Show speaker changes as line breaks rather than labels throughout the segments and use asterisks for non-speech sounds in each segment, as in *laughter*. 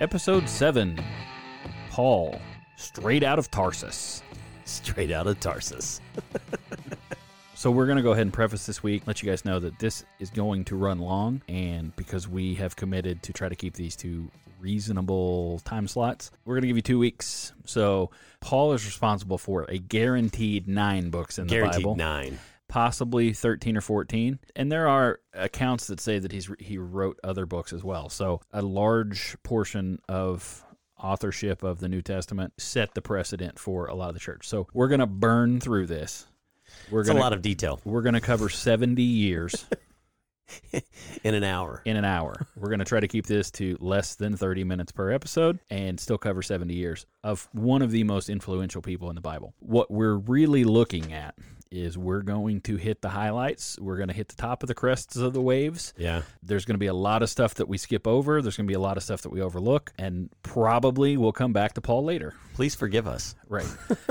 Episode 7 Paul, straight out of Tarsus.
Straight out of Tarsus.
So we're going to go ahead and preface this week, let you guys know that this is going to run long. And because we have committed to try to keep these to reasonable time slots, we're going to give you two weeks. So Paul is responsible for a guaranteed nine books in the
Guaranteed
Bible.
nine.
possibly 13 or 14 and there are accounts that say that he's he wrote other books as well so a large portion of authorship of the new testament set the precedent for a lot of the church so we're going to burn through this we're
It's a
going
lot
to
of detail
we're going to cover 70 years
in an hour.
in an hour we're going to try to keep this to less than 30 minutes per episode and still cover 70 years of one of the most influential people in the bible what we're really looking at is we're going to hit the highlights we're going to hit the top of the crests of the waves
Yeah.
there's going to be a lot of stuff that we skip over there's going to be a lot of stuff that we overlook and probably we'll come back to paul later
Please forgive us.
Right.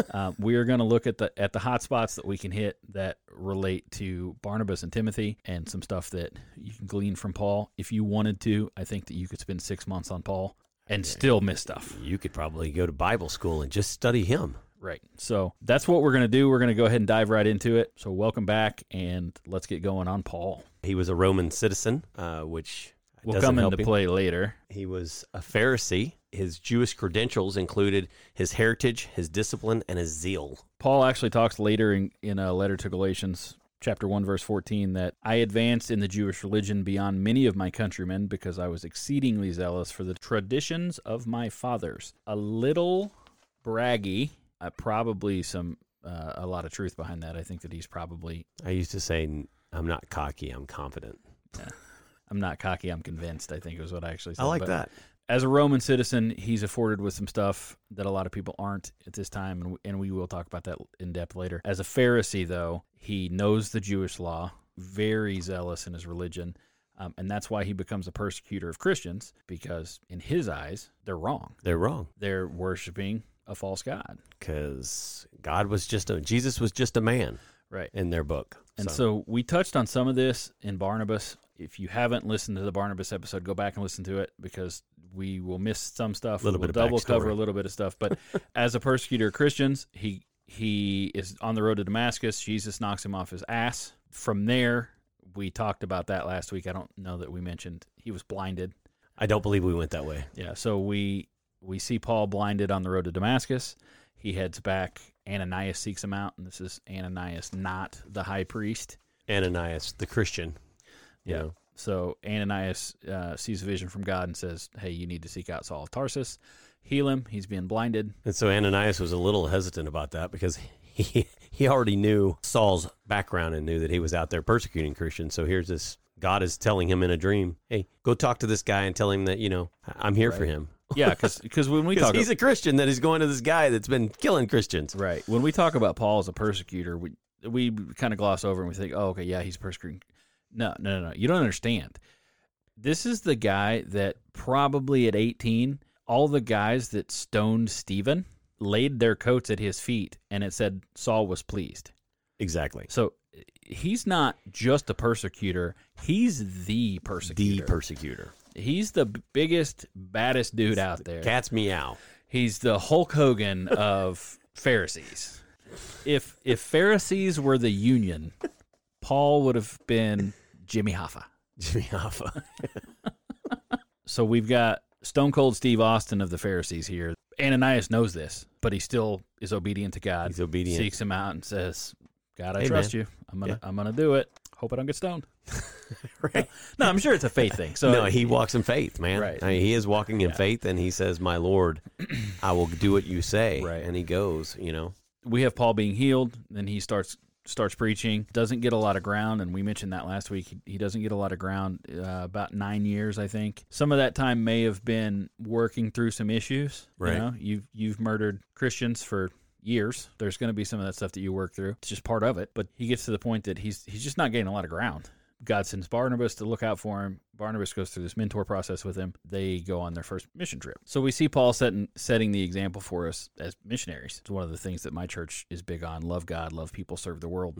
um, we are going to look at the at the hot spots that we can hit that relate to Barnabas and Timothy, and some stuff that you can glean from Paul. If you wanted to, I think that you could spend six months on Paul and still miss stuff.
You could probably go to Bible school and just study him.
Right. So that's what we're going to do. We're going to go ahead and dive right into it. So welcome back, and let's get going on Paul.
He was a Roman citizen, uh, which
We'll
doesn't
come
help
into
him.
play later.
He was a Pharisee. His Jewish credentials included his heritage, his discipline, and his zeal.
Paul actually talks later in, in a letter to Galatians, chapter 1, verse 14, that I advanced in the Jewish religion beyond many of my countrymen because I was exceedingly zealous for the traditions of my fathers. A little braggy, uh, probably some. Uh, a lot of truth behind that. I think that he's probably.
I used to say, I'm not cocky, I'm confident.
I'm not cocky. I'm convinced. I think is what I actually said.
I like
but-
that.
as a Roman citizen, he's afforded with some stuff that a lot of people aren't at this time, and we, and we will talk about that in depth later. As a Pharisee, though, he knows the Jewish law, very zealous in his religion, um, and that's why he becomes a persecutor of Christians because, in his eyes, they're wrong.
They're wrong
They're worshiping a false god,
because God was just a, Jesus was just a man
right?
in their book.
And so. we touched on some of this in Barnabas. If you haven't listened to the Barnabas episode, go back and listen to it because we will miss some stuff.
Little
we'll
bit of
double
backstory.
cover a little bit of stuff.
*laughs*
But as a persecutor of Christians, he he is on the road to Damascus. Jesus knocks him off his ass. From there, we talked about that last week. I don't know that we mentioned he was blinded.
I don't believe we went that way.
Yeah, so we we see Paul blinded on the road to Damascus. He heads back. Ananias seeks him out, and this is Ananias, not the high priest.
Ananias, the Christian. you
Yeah.
know.
So Ananias uh, sees a vision from God and says, "Hey, you need to seek out Saul of Tarsus, heal him. He's being blinded."
And so Ananias was a little hesitant about that because he *laughs* he already knew Saul's background and knew that he was out there persecuting Christians. So here's this God is telling him in a dream, "Hey, go talk to this guy and tell him that you know I- I'm here for him."
Yeah, because when we
Because
talk,
he's a Christian that is going to this guy that's been killing Christians.
right, when we talk about Paul as a persecutor, we we kind of gloss over and we think, "Oh, okay, yeah, he's persecuting." No, no, no, no. You don't understand. This is the guy that probably at eighteen, all the guys that stoned Stephen laid their coats at his feet, and it said Saul was pleased.
Exactly.
So he's not just a persecutor; he's the
The
persecutor.
persecutor.
he's the biggest, baddest dude out there.
Cat's meow. *laughs*
He's the Hulk Hogan of Pharisees. If if Pharisees were the union, Paul would have been Jimmy Hoffa.
Jimmy Hoffa.
So we've got Stone Cold Steve Austin of the Pharisees here. Ananias knows this, but he still is obedient to God.
He's obedient.
Seeks him out and says, "God, I
Hey,
trust you. I'm gonna I'm gonna do it. Hope I don't get stoned."
*laughs*
*laughs*
Right.
No, I'm sure it's a faith thing. So
*laughs* No, he walks in faith, man.
Right.
I mean, he is walking in faith, and he says, "My Lord, I will do what you say."
Right.
And he goes, you know.
we have Paul being healed, then he starts starts preaching. Doesn't get a lot of ground, and we mentioned that last week. He, he doesn't get a lot of ground. Uh, about nine years, I think. Some of that time may have been working through some issues.
Right.
You know, you've you've murdered Christians for years. There's going to be some of that stuff that you work through. It's just part of it. But he gets to the point that he's he's just not gaining a lot of ground. God sends Barnabas to look out for him. Barnabas goes through this mentor process with him. They go on their first mission trip. So we see Paul setting setting the example for us as missionaries. It's one of the things that my church is big on: love God, love people, serve the world.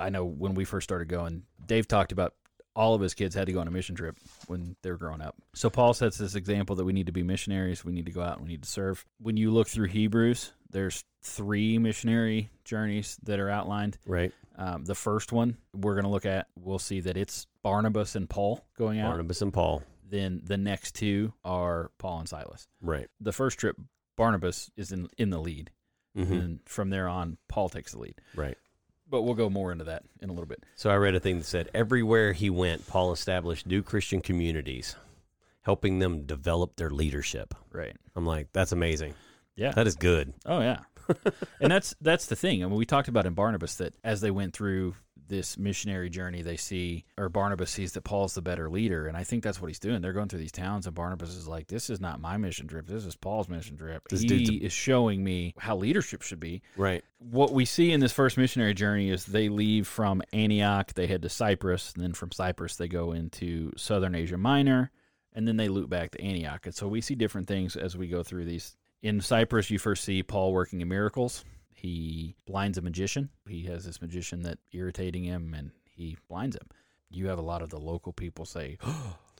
I know when we first started going, Dave talked about all of his kids had to go on a mission trip when they were growing up. So Paul sets this example that we need to be missionaries, we need to go out and we need to serve. When you look through Hebrews, there's three missionary journeys that are outlined.
Right.
Um, the first one we're going to look at, we'll see that it's Barnabas and Paul going out.
Barnabas and Paul.
Then the next two are Paul and Silas.
Right.
The first trip, Barnabas is in, in the lead.
hmm
And from there on, Paul takes the lead.
Right.
But we'll go more into that in a little bit.
So I read a thing that said everywhere he went, Paul established new Christian communities, helping them develop their leadership.
Right.
I'm like, that's amazing.
Yeah.
That is good.
Oh
*laughs*
yeah, and that's that's the thing. I mean, we talked about in Barnabas that as they went through this missionary journey, they see or Barnabas sees that Paul's the better leader, and I think that's what he's doing. They're going through these towns, and Barnabas is like, "This is not my mission trip. This is Paul's mission trip.
This dude's
he is showing me how leadership should be."
Right.
What we see in this first missionary journey is they leave from Antioch, they head to Cyprus, and then from Cyprus they go into southern Asia Minor, and then they loop back to Antioch. And so we see different things as we go through these. In Cyprus, you first see Paul working in miracles. He blinds a magician. He has this magician that irritating him, and he blinds him. You have a lot of the local people say,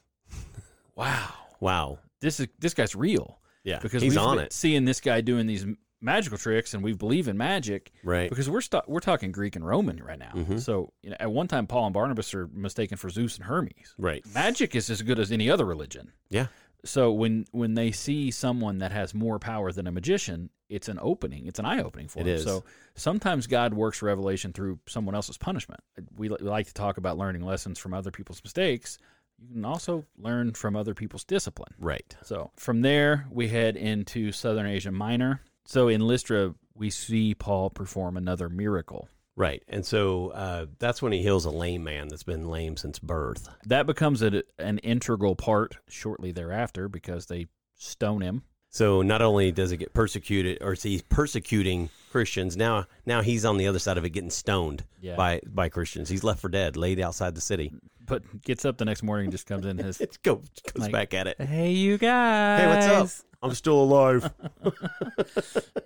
*gasps* "Wow,
Wow.
this is this guy's real."
Yeah.
Because
he's
we've
on
been
it.
seeing this guy doing these m- magical tricks, and we believe in magic
Right.
because we're st- we're talking Greek and Roman right now.
Mhm.
So you know, at one time, Paul and Barnabas are mistaken for Zeus and Hermes.
Right.
Magic is as good as any other religion.
Yeah.
So when when they see someone that has more power than a magician, it's an opening. It's an eye opening for
It
them.
is.
So sometimes God works revelation through someone else's punishment. We, li- we like to talk about learning lessons from other people's mistakes. You can also learn from other people's discipline.
Right.
So from there, we head into Southern Asia Minor. So in Lystra, we see Paul perform another miracle.
Right. And so uh, that's when he heals a lame man that's been lame since birth.
That becomes a, an integral part shortly thereafter because they stone him.
So not only does it get persecuted, or it's- he's persecuting Christians now. Now he's on the other side of it, getting stoned
Yeah.
by by Christians. He's left for dead, laid outside the city. *laughs*
But gets up the next morning and just comes in and says,
It go, goes
Like-
back at
*laughs*
it.
Hey, you guys.
Hey, what's up? I'm still alive. *laughs*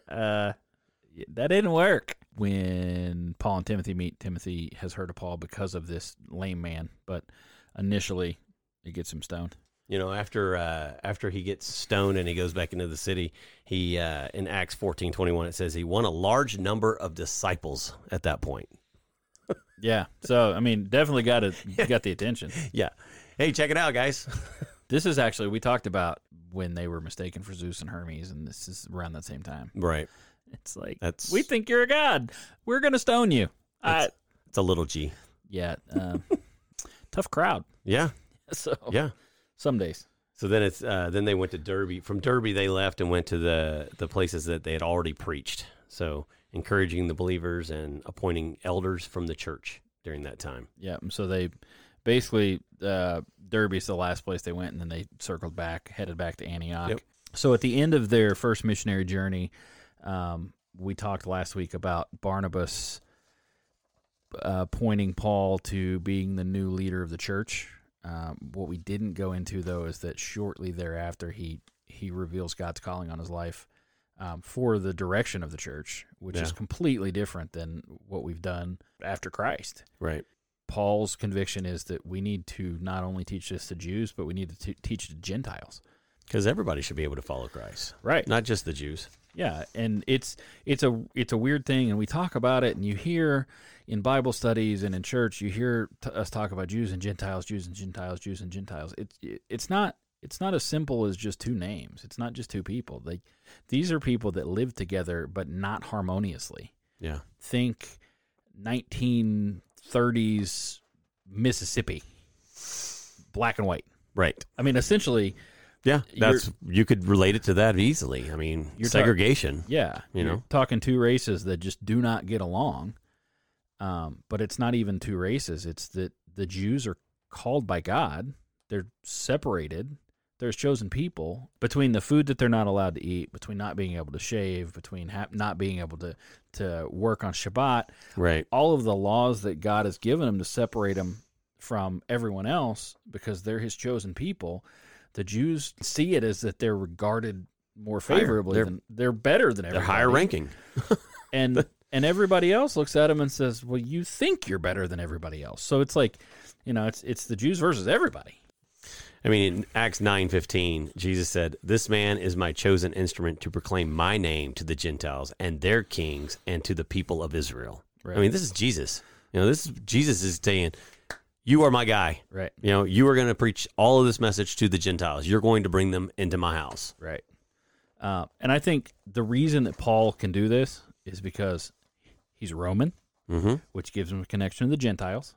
Uh, that didn't work. When Paul and Timothy meet, Timothy has heard of Paul because of this lame man, but initially it gets him stoned.
you know, after uh, after he gets stoned and he goes back into the city, he uh, in Acts fourteen twenty one it says he won a large number of disciples at that point.
Yeah. So, I mean, definitely got it, got the attention.
Yeah. Hey, check it out, guys.
This is actually we talked about when they were mistaken for Zeus and Hermes, and this is around that same time.
*laughs* Right.
It's like
That's
we think you're a god. We're gonna stone you. I,
it's a little G.
yeah, um, *laughs* tough crowd. *laughs*
Yeah.
So
Yeah.
some days,
So then it's uh, then they went to Derby. From Derby, they left and went to the the places that they had already preached. So encouraging the believers and appointing elders from the church during that time.
yeah. and So they basically uh, Derby's the last place they went, and then they circled back, headed back to Antioch.
Yep.
So at the end of their first missionary journey, um, we talked last week about Barnabas uh, pointing Paul to being the new leader of the church. Um, what we didn't go into though is that shortly thereafter he he reveals God's calling on his life um, for the direction of the church, which is
Yeah.
completely different than what we've done after Christ.
Right.
Paul's conviction is that we need to not only teach this to Jews, but we need to t- teach it to Gentiles.
Because everybody should be able to follow Christ,
Right.
not just the Jews.
Yeah, and it's it's a it's a weird thing, and we talk about it, and you hear in Bible studies and in church, you hear t- us talk about Jews and Gentiles, Jews and Gentiles, Jews and Gentiles. It's it, it's not it's not as simple as just two names. It's not just two people. They these are people that live together, but not harmoniously.
Yeah.
Think 1930s Mississippi, black and white.
Right.
I mean, essentially,
Yeah.
You're-
That's you could relate it to that easily. I mean,
You're talk-
segregation.
Yeah,
You
you're
know?
talking two races that just do not get along. Um, but it's not even two races. It's that the Jews are called by God. They're separated. There's chosen people between the food that they're not allowed to eat, between not being able to shave, between ha- not being able to to work on Shabbat.
Right.
All of the laws that God has given them to separate them from everyone else because they're His chosen people. The Jews see it as that they're regarded more
Higher.
favorably.
They're-
than, they're better than
They're
everybody
higher ranking. *laughs*
and and everybody else looks at him and says, "Well, you think you're better than everybody else." So it's like You know, it's it's the Jews versus everybody.
I mean, in Acts nine fifteen, Jesus said, "This man is my chosen instrument to proclaim my name to the Gentiles and their kings and to the people of Israel."
Right.
I mean, this is Jesus. You know, this is Jesus is saying, "You are my guy.
Right.
You know, you are going to preach all of this message to the Gentiles. You're going to bring them into my house."
Right. Uh, and I think the reason that Paul can do this is because he's Roman,
Mm-hmm.
which gives him a connection to the Gentiles,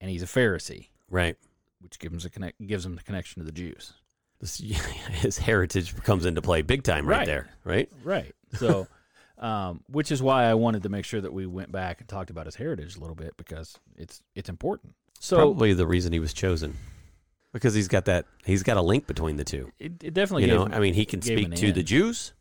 and he's a Pharisee,
Right.
which gives him a connect, gives him the connection to the Jews.
This, *laughs* his heritage comes into play big time right,
Right.
there. Right.
Right. So, *laughs* um, which is why I wanted to make sure that we went back and talked about his heritage a little bit because it's it's important. So
Probably the reason he was chosen because he's got that he's got a link between the two.
it, it definitely
you
gave
know,
him-
I mean, he can
gave him
speak
an
to the
in.
Jews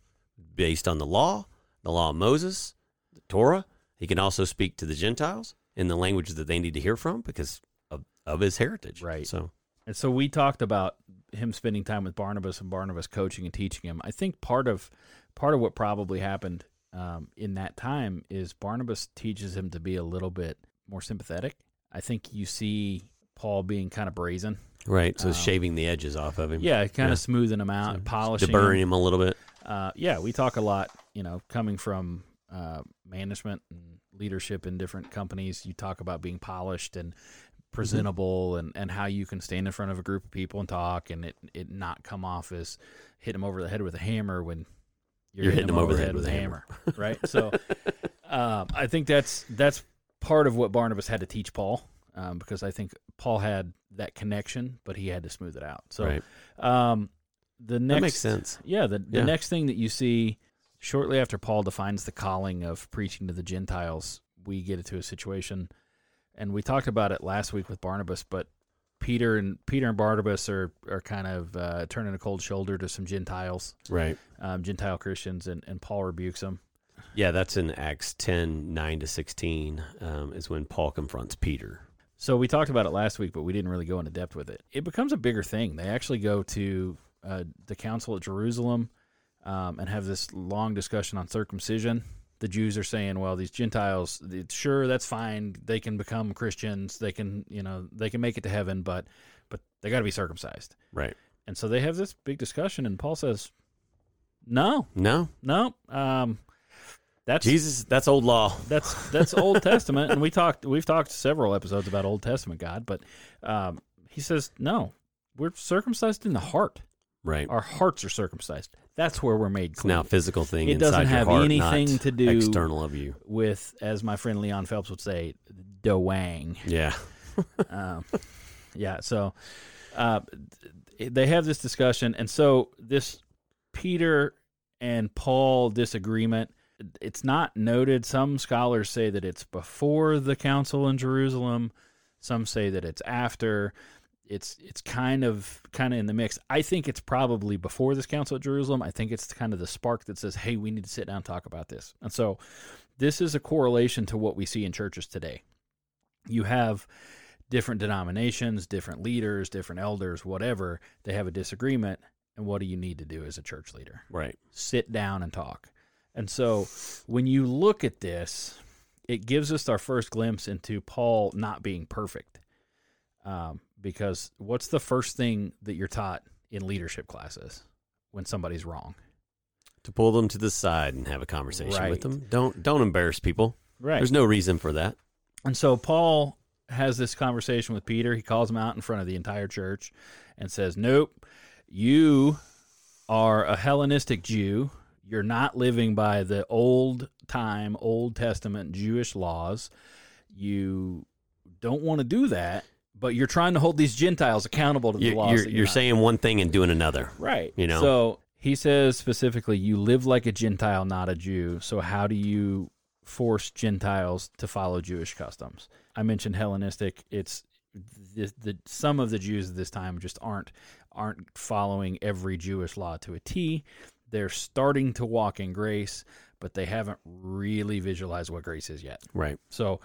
based on the law, the law of Moses, the Torah. He can also speak to the Gentiles in the languages that they need to hear from because of, of his heritage.
Right.
So,
And so we talked about him spending time with Barnabas and Barnabas coaching and teaching him. I think part of part of what probably happened um, in that time is Barnabas teaches him to be a little bit more sympathetic. I think you see Paul being kind of brazen.
right. So,
Um,
shaving the edges off of him.
Yeah, kind
Yeah.
of smoothing him out, and polishing
Deburring
him.
him a little bit.
Uh, yeah, we talk a lot, you know, coming from uh, management and leadership in different companies. You talk about being polished and Mm-hmm. presentable and, and how you can stand in front of a group of people and talk and it, it not come off as hitting them over the head with a hammer when
You're
hitting
hitting 'em
them over the head with a hammer, *laughs* right? So um, I think that's that's part of what Barnabas had to teach Paul um, because I think Paul had that connection, but he had to smooth it out. So
right.
um, the next
that makes sense.
yeah, the, the
Yeah.
next thing that you see shortly after Paul defines the calling of preaching to the Gentiles, we get into a situation, and we talked about it last week with Barnabas, but Peter and Peter and Barnabas are are kind of uh, turning a cold shoulder to some Gentiles,
Right.
um, Gentile Christians, and, and Paul rebukes them.
Yeah. That's in Acts 10 9 to 16 um, is when Paul confronts Peter.
So we talked about it last week, but we didn't really go into depth with it. It becomes a bigger thing. They actually go to uh, the council at Jerusalem um, and have this long discussion on circumcision. The Jews are saying, "Well, these Gentiles, th- sure, that's fine. They can become Christians. They can, you know, they can make it to heaven, but, but they got to be circumcised."
Right.
And so they have this big discussion, and Paul says, "No,
No.
no, um, that's
Jesus, that's old law.
that's that's Old Testament, and we talked we've talked several episodes about Old Testament God, but um, he says no, we're circumcised in the heart.
Right.
Our hearts are circumcised. That's where we're made
It's
clean.
now a physical thing
It
inside
doesn't
your
have
heart,
anything
not
to do-
external of you.
with as my friend Leon Phelps would say, doang.
Yeah.
um, yeah, so uh, th- they have this discussion, and so this Peter and Paul disagreement. It's not noted. Some scholars say that it's before the council in Jerusalem. Some say that it's after. It's it's kind of kind of in the mix. I think it's probably before this council at Jerusalem. I think it's kind of the spark that says, "Hey, we need to sit down and talk about this." And so, this is a correlation to what we see in churches today. You have different denominations, different leaders, different elders, whatever, they have a disagreement. And what do you need to do as a church leader?
Right.
Sit down and talk. And so when you look at this, it gives us our first glimpse into Paul not being perfect. Um, because what's the first thing that you're taught in leadership classes when somebody's wrong?
To pull them to the side and have a conversation
Right.
with them. Don't don't embarrass people.
Right.
There's no reason for that.
And so Paul has this conversation with Peter. He calls him out in front of the entire church and says, Nope, you are a Hellenistic Jew. You're not living by the old time, Old Testament Jewish laws. You don't want to do that, but you're trying to hold these Gentiles accountable to the
You're,
laws.
you're,
that
you're
not."
saying one thing and doing another.
Right.
You know?
So he says specifically, you live like a Gentile, not a Jew. So how do you force Gentiles to follow Jewish customs? I mentioned Hellenistic. It's the, the some of the Jews at this time just aren't aren't following every Jewish law to a T. They're starting to walk in grace, but they haven't really visualized what grace is yet.
Right.
So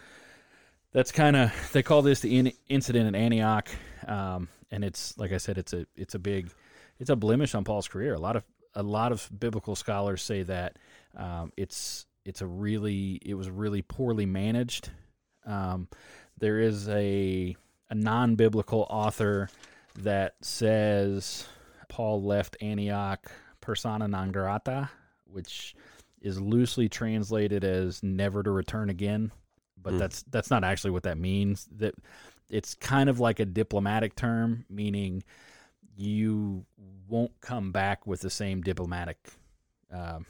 that's kind of they call this the in, incident at Antioch, um, and it's like I said, it's a it's a big it's a blemish on Paul's career. A lot of a lot of biblical scholars say that um, it's it's a really it was really poorly managed. Um, There is a a non biblical author that says Paul left Antioch persona non grata, which is loosely translated as never to return again. But
Hmm.
that's that's not actually what that means. That it's kind of like a diplomatic term, meaning you won't come back with the same diplomatic um,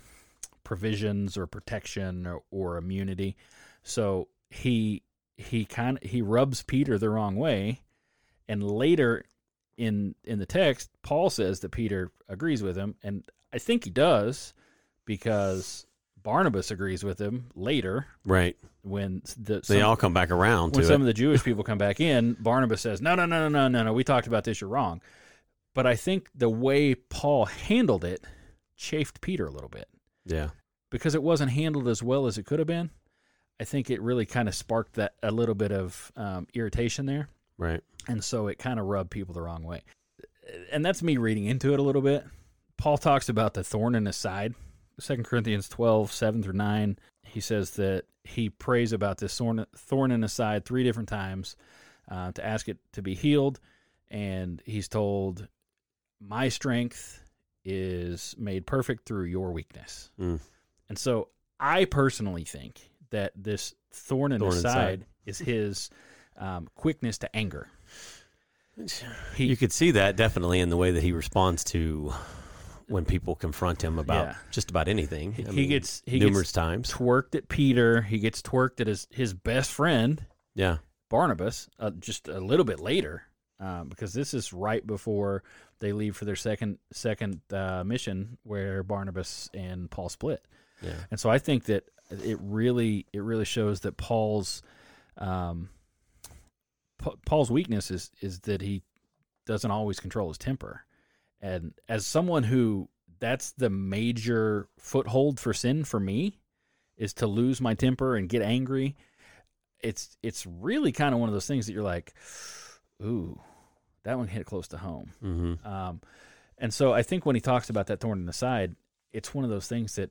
provisions or protection or, or immunity. So he he kind of he rubs Peter the wrong way, and later in in the text, Paul says that Peter agrees with him, and I think he does because Barnabas agrees with him later
Right.
when the
They
some-
all come back around to
when
it.
some of the
*laughs*
Jewish people come back in, Barnabas says, "No, no, no, no, no, no, no. We talked about this. You're wrong." But I think the way Paul handled it chafed Peter a little bit
yeah.
because it wasn't handled as well as it could have been. I think it really kind of sparked that a little bit of um, irritation there, *sighs*
Right.
and so it kind of rubbed people the wrong way. And that's me reading into it a little bit. Paul talks about the thorn in his side. 2 Corinthians 12, 7 through 9, he says that he prays about this thorn, thorn in his side three different times uh, to ask it to be healed. And he's told, My strength is made perfect through your weakness.
Mm.
And so I personally think that this thorn in
Thorn
his
in side.
side is his um, quickness to anger. He,
You could see that definitely in the way that he responds to when people confront him about
Yeah.
just about anything.
He- he gets- he gets-
numerous times.
twerked at Peter. He gets twerked at his, his best friend,
Yeah.
Barnabas, uh, just a little bit later, um, because this is right before they leave for their second second uh, mission, where Barnabas and Paul split.
Yeah.
And so I think that it really it really shows that Paul's um, Pa- Paul's weakness is is that he doesn't always control his temper. And as someone who that's the major foothold for sin for me is to lose my temper and get angry. It's it's really kind of one of those things that you're like, ooh, that one hit close to home.
Mm-hmm.
Um, and so I think when he talks about that thorn in the side, it's one of those things that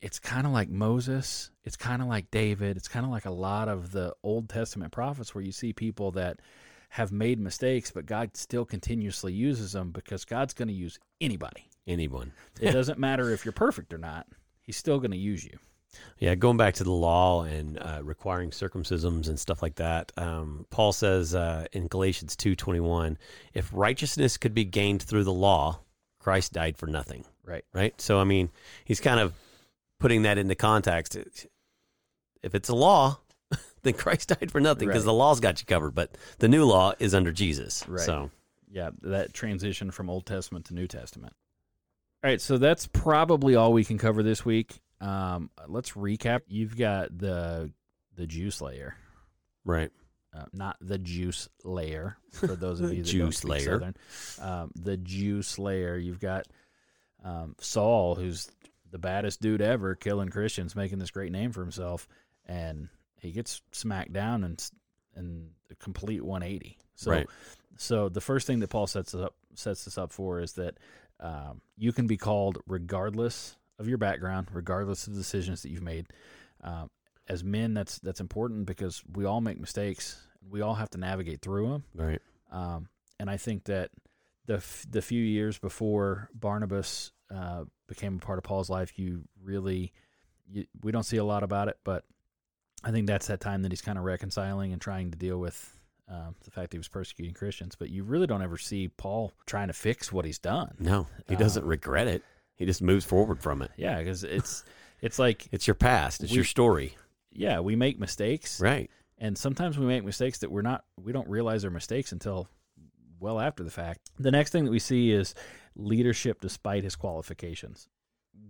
it's kind of like Moses, it's kind of like David, it's kind of like a lot of the Old Testament prophets where you see people that have made mistakes, but God still continuously uses them because God's going to use anybody.
Anyone.
It doesn't matter if you're perfect or not, He's still going to use you.
Yeah, going back to the law and uh, requiring circumcisions and stuff like that. Um, Paul says uh, in Galatians two twenty one, if righteousness could be gained through the law, Christ died for nothing.
Right.
Right. So I mean, he's kind of putting that into context. It- If it's a law, *laughs* then Christ died for nothing because
Right.
the law's got you covered. But the new law is under Jesus.
Right.
So
yeah, that transition from Old Testament to New Testament. All right, so that's probably all we can cover this week. Um, let's recap. You've got the the juice layer,
right.
uh, not the juice layer. For those
*laughs*
of you that
Juice
don't speak Southern,
layer.
um, the juice layer. You've got um, Saul, who's the baddest dude ever, killing Christians, making this great name for himself, and he gets smacked down and s- and a complete 180. So
Right.
so the first thing that Paul sets us up sets this up for is that um, you can be called regardless of your background, regardless of the decisions that you've made. Um, as men, that's that's important because we all make mistakes. We all have to navigate through them.
Right.
Um, and I think that the f- the few years before Barnabas uh, became a part of Paul's life, you really you, we don't see a lot about it, but I think that's that time that he's kind of reconciling and trying to deal with um, the fact that he was persecuting Christians. But you really don't ever see Paul trying to fix what he's done.
No, he
Uh,
doesn't regret it. He just moves forward from it.
Yeah, because it's it's like
It's your past. It's
We-
your story.
yeah, we make mistakes,
Right.
and sometimes we make mistakes that we're not we don't realize are mistakes until well after the fact the next thing that we see is leadership despite his qualifications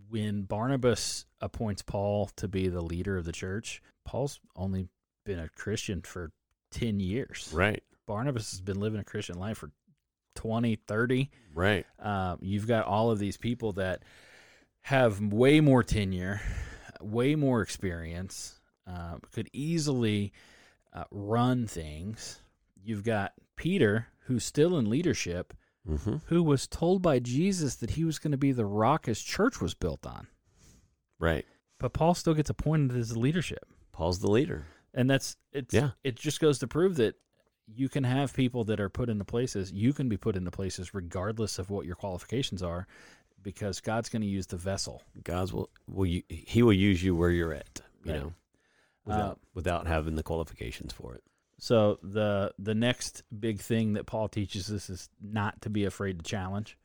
when barnabas appoints paul to be the leader of the church paul's only been a christian for 10 years
Right.
barnabas has been living a christian life for 20 30
Right.
um, you've got all of these people that have way more tenure, way more experience, uh, could easily uh, run things. You've got Peter, who's still in leadership,
Mm-hmm.
who was told by Jesus that he was going to be the rock his church was built on.
Right.
But Paul still gets appointed as the leadership.
Paul's the leader.
And that's it's
Yeah.
it just goes to prove that you can have people that are put into places, you can be put into places regardless of what your qualifications are because God's going to use the vessel.
God's will will you, He will use you where you're at. You
Right.
know, uh, without without having the qualifications for it.
So the the next big thing that Paul teaches us is not to be afraid to challenge.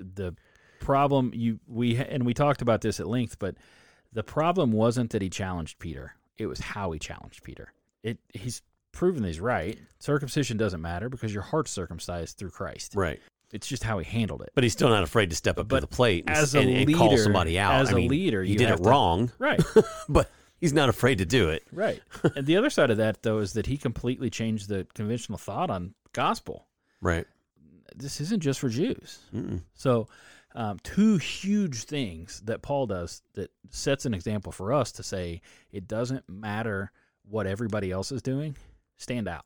The problem you we and we talked about this at length, but the problem wasn't that he challenged Peter; it was how he challenged Peter. It he's proven that he's right. Circumcision doesn't matter because your heart's circumcised through Christ.
Right.
It's just how he handled it.
But he's still not afraid to step up
But
to the plate and,
as a
and, and call
leader-
somebody out.
as
I
a
mean,
leader,
he
you
did
have
it
to- *laughs*
wrong,
Right.
but he's not afraid to do it.
Right. and the other side of that though is that he completely changed the conventional thought on gospel.
Right.
This isn't just for Jews.
Mm-mm.
So, um, two huge things that Paul does that sets an example for us to say it doesn't matter what everybody else is doing, stand out.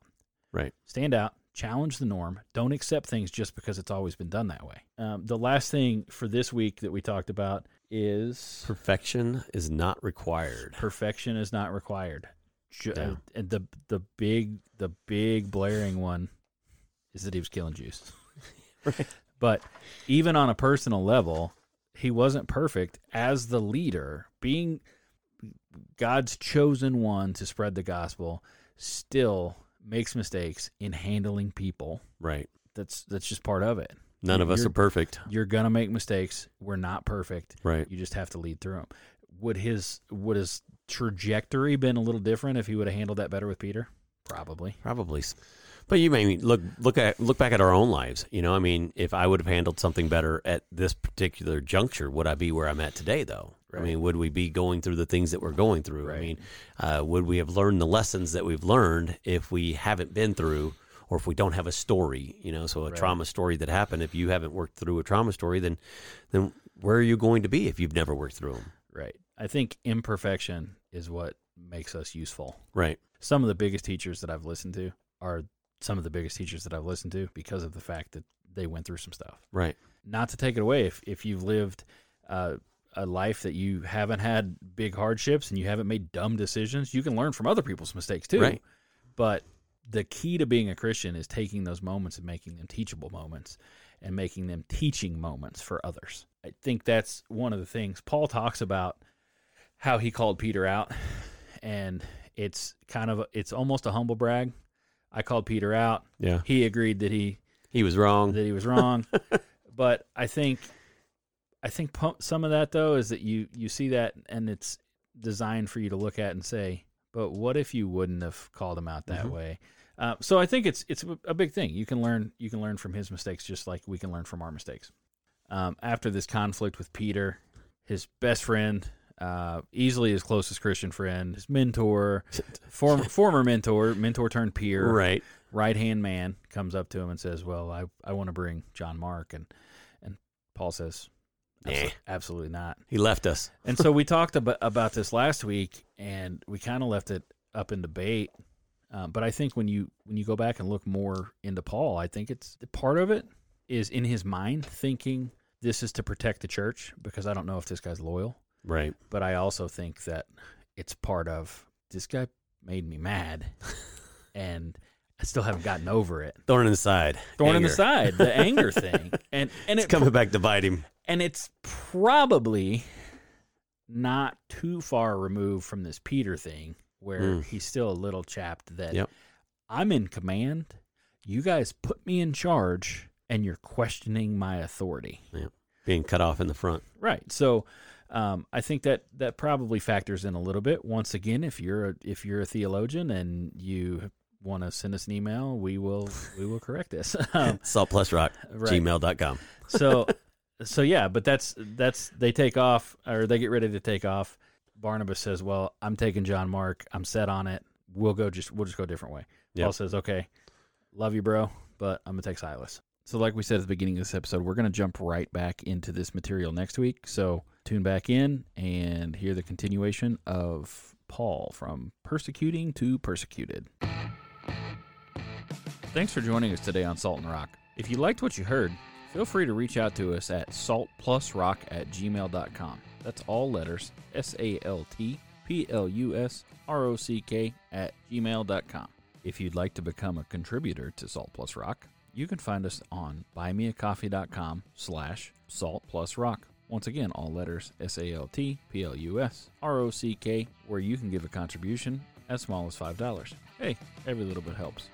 Right.
Stand out, challenge the norm. Don't accept things just because it's always been done that way. Um, the last thing for this week that we talked about is
Perfection is not
*laughs*
required.
perfection is not required. Ju- uh,
Yeah.
And the the big the big blaring one is that he was killing Jews. *laughs* But even on a personal level, he wasn't perfect as the leader, being God's chosen one to spread the gospel, still makes mistakes in handling people.
Right.
That's that's just part of it.
None of us
You're-
are perfect.
You're going to make mistakes. We're not perfect.
Right.
You just have to lead through them. Would his would his trajectory been a little different if he would have handled that better with Peter? Probably.
Probably. s- But you may look look at look back at our own lives. You know, I mean, if I would have handled something better at this particular juncture, would I be where I'm at today? Though, I
Right.
mean, would we be going through the things that we're going through? I
Right.
mean, uh, would we have learned the lessons that we've learned if we haven't been through, or if we don't have a story? You know, so a
Right.
trauma story that happened. If you haven't worked through a trauma story, then then where are you going to be if you've never worked through them?
Right. I think imperfection is what makes us useful.
Right.
some of the biggest teachers that I've listened to are some of the biggest teachers that I've listened to because of the fact that they went through some stuff.
Right.
Not to take it away, if, if you've lived uh, a life that you haven't had big hardships and you haven't made dumb decisions, you can learn from other people's mistakes too.
Right.
But the key to being a Christian is taking those moments and making them teachable moments and making them teaching moments for others. I think that's one of the things Paul talks about how he called Peter out and it's kind of it's almost a humble brag. I called Peter out.
Yeah.
He agreed that he
He was wrong.
that he was wrong. but I think I think pu- some of that though is that you you see that and it's designed for you to look at and say, but what if you wouldn't have called him out that
Mhm.
way? Uh, so I think it's it's a big thing. You can learn you can learn from his mistakes just like we can learn from our mistakes. Um, after this conflict with Peter, his best friend, uh, easily his closest Christian friend, his mentor, former former mentor, mentor turned peer,
Right.
*laughs* right hand man comes up to him and says, "Well, I, I want to bring John Mark," and and Paul says, "Abso-
Nah.
"Absolutely not."
He left us.
And so we *laughs* talked about about this last week, and we kind of left it up in debate. Um, but I think when you when you go back and look more into Paul, I think it's part of it is in his mind thinking this is to protect the church because I don't know if this guy's loyal,
Right.
but I also think that it's part of this guy made me mad, and I still haven't gotten over it
Thorn in the side.
thorn in the
Anger.
side,
*laughs*
the anger thing, and and
It's
it
coming back to bite him.
and it's probably not too far removed from this Peter thing where
Mm.
he's still a little chapped that
Yep.
I'm in command. You guys put me in charge, and you're questioning my authority.
being cut off in the front.
Right. So um, I think that that probably factors in a little bit. Once again, if you're a, if you're a theologian and you want to send us an email, we will we will correct this. *laughs* um,
Saltplusrock,
right.
gmail.com.
so so yeah but that's that's they take off or they get ready to take off barnabas says well i'm taking john mark i'm set on it we'll go just we'll just go a different way paul
Yep.
says okay love you bro but i'm gonna take silas so like we said at the beginning of this episode we're gonna jump right back into this material next week so tune back in and hear the continuation of paul from persecuting to persecuted Thanks for joining us today on Salt and Rock. If you liked what you heard, feel free to reach out to us at saltplusrock at gmail.com. That's all letters S A L T P L U S R O C K at gmail.com. If you'd like to become a contributor to Salt Plus Rock, you can find us on buymeacoffee.com slash salt plus rock. Once again, all letters S A L T P L U S R O C K, where you can give a contribution as small as $5. Hey, every little bit helps.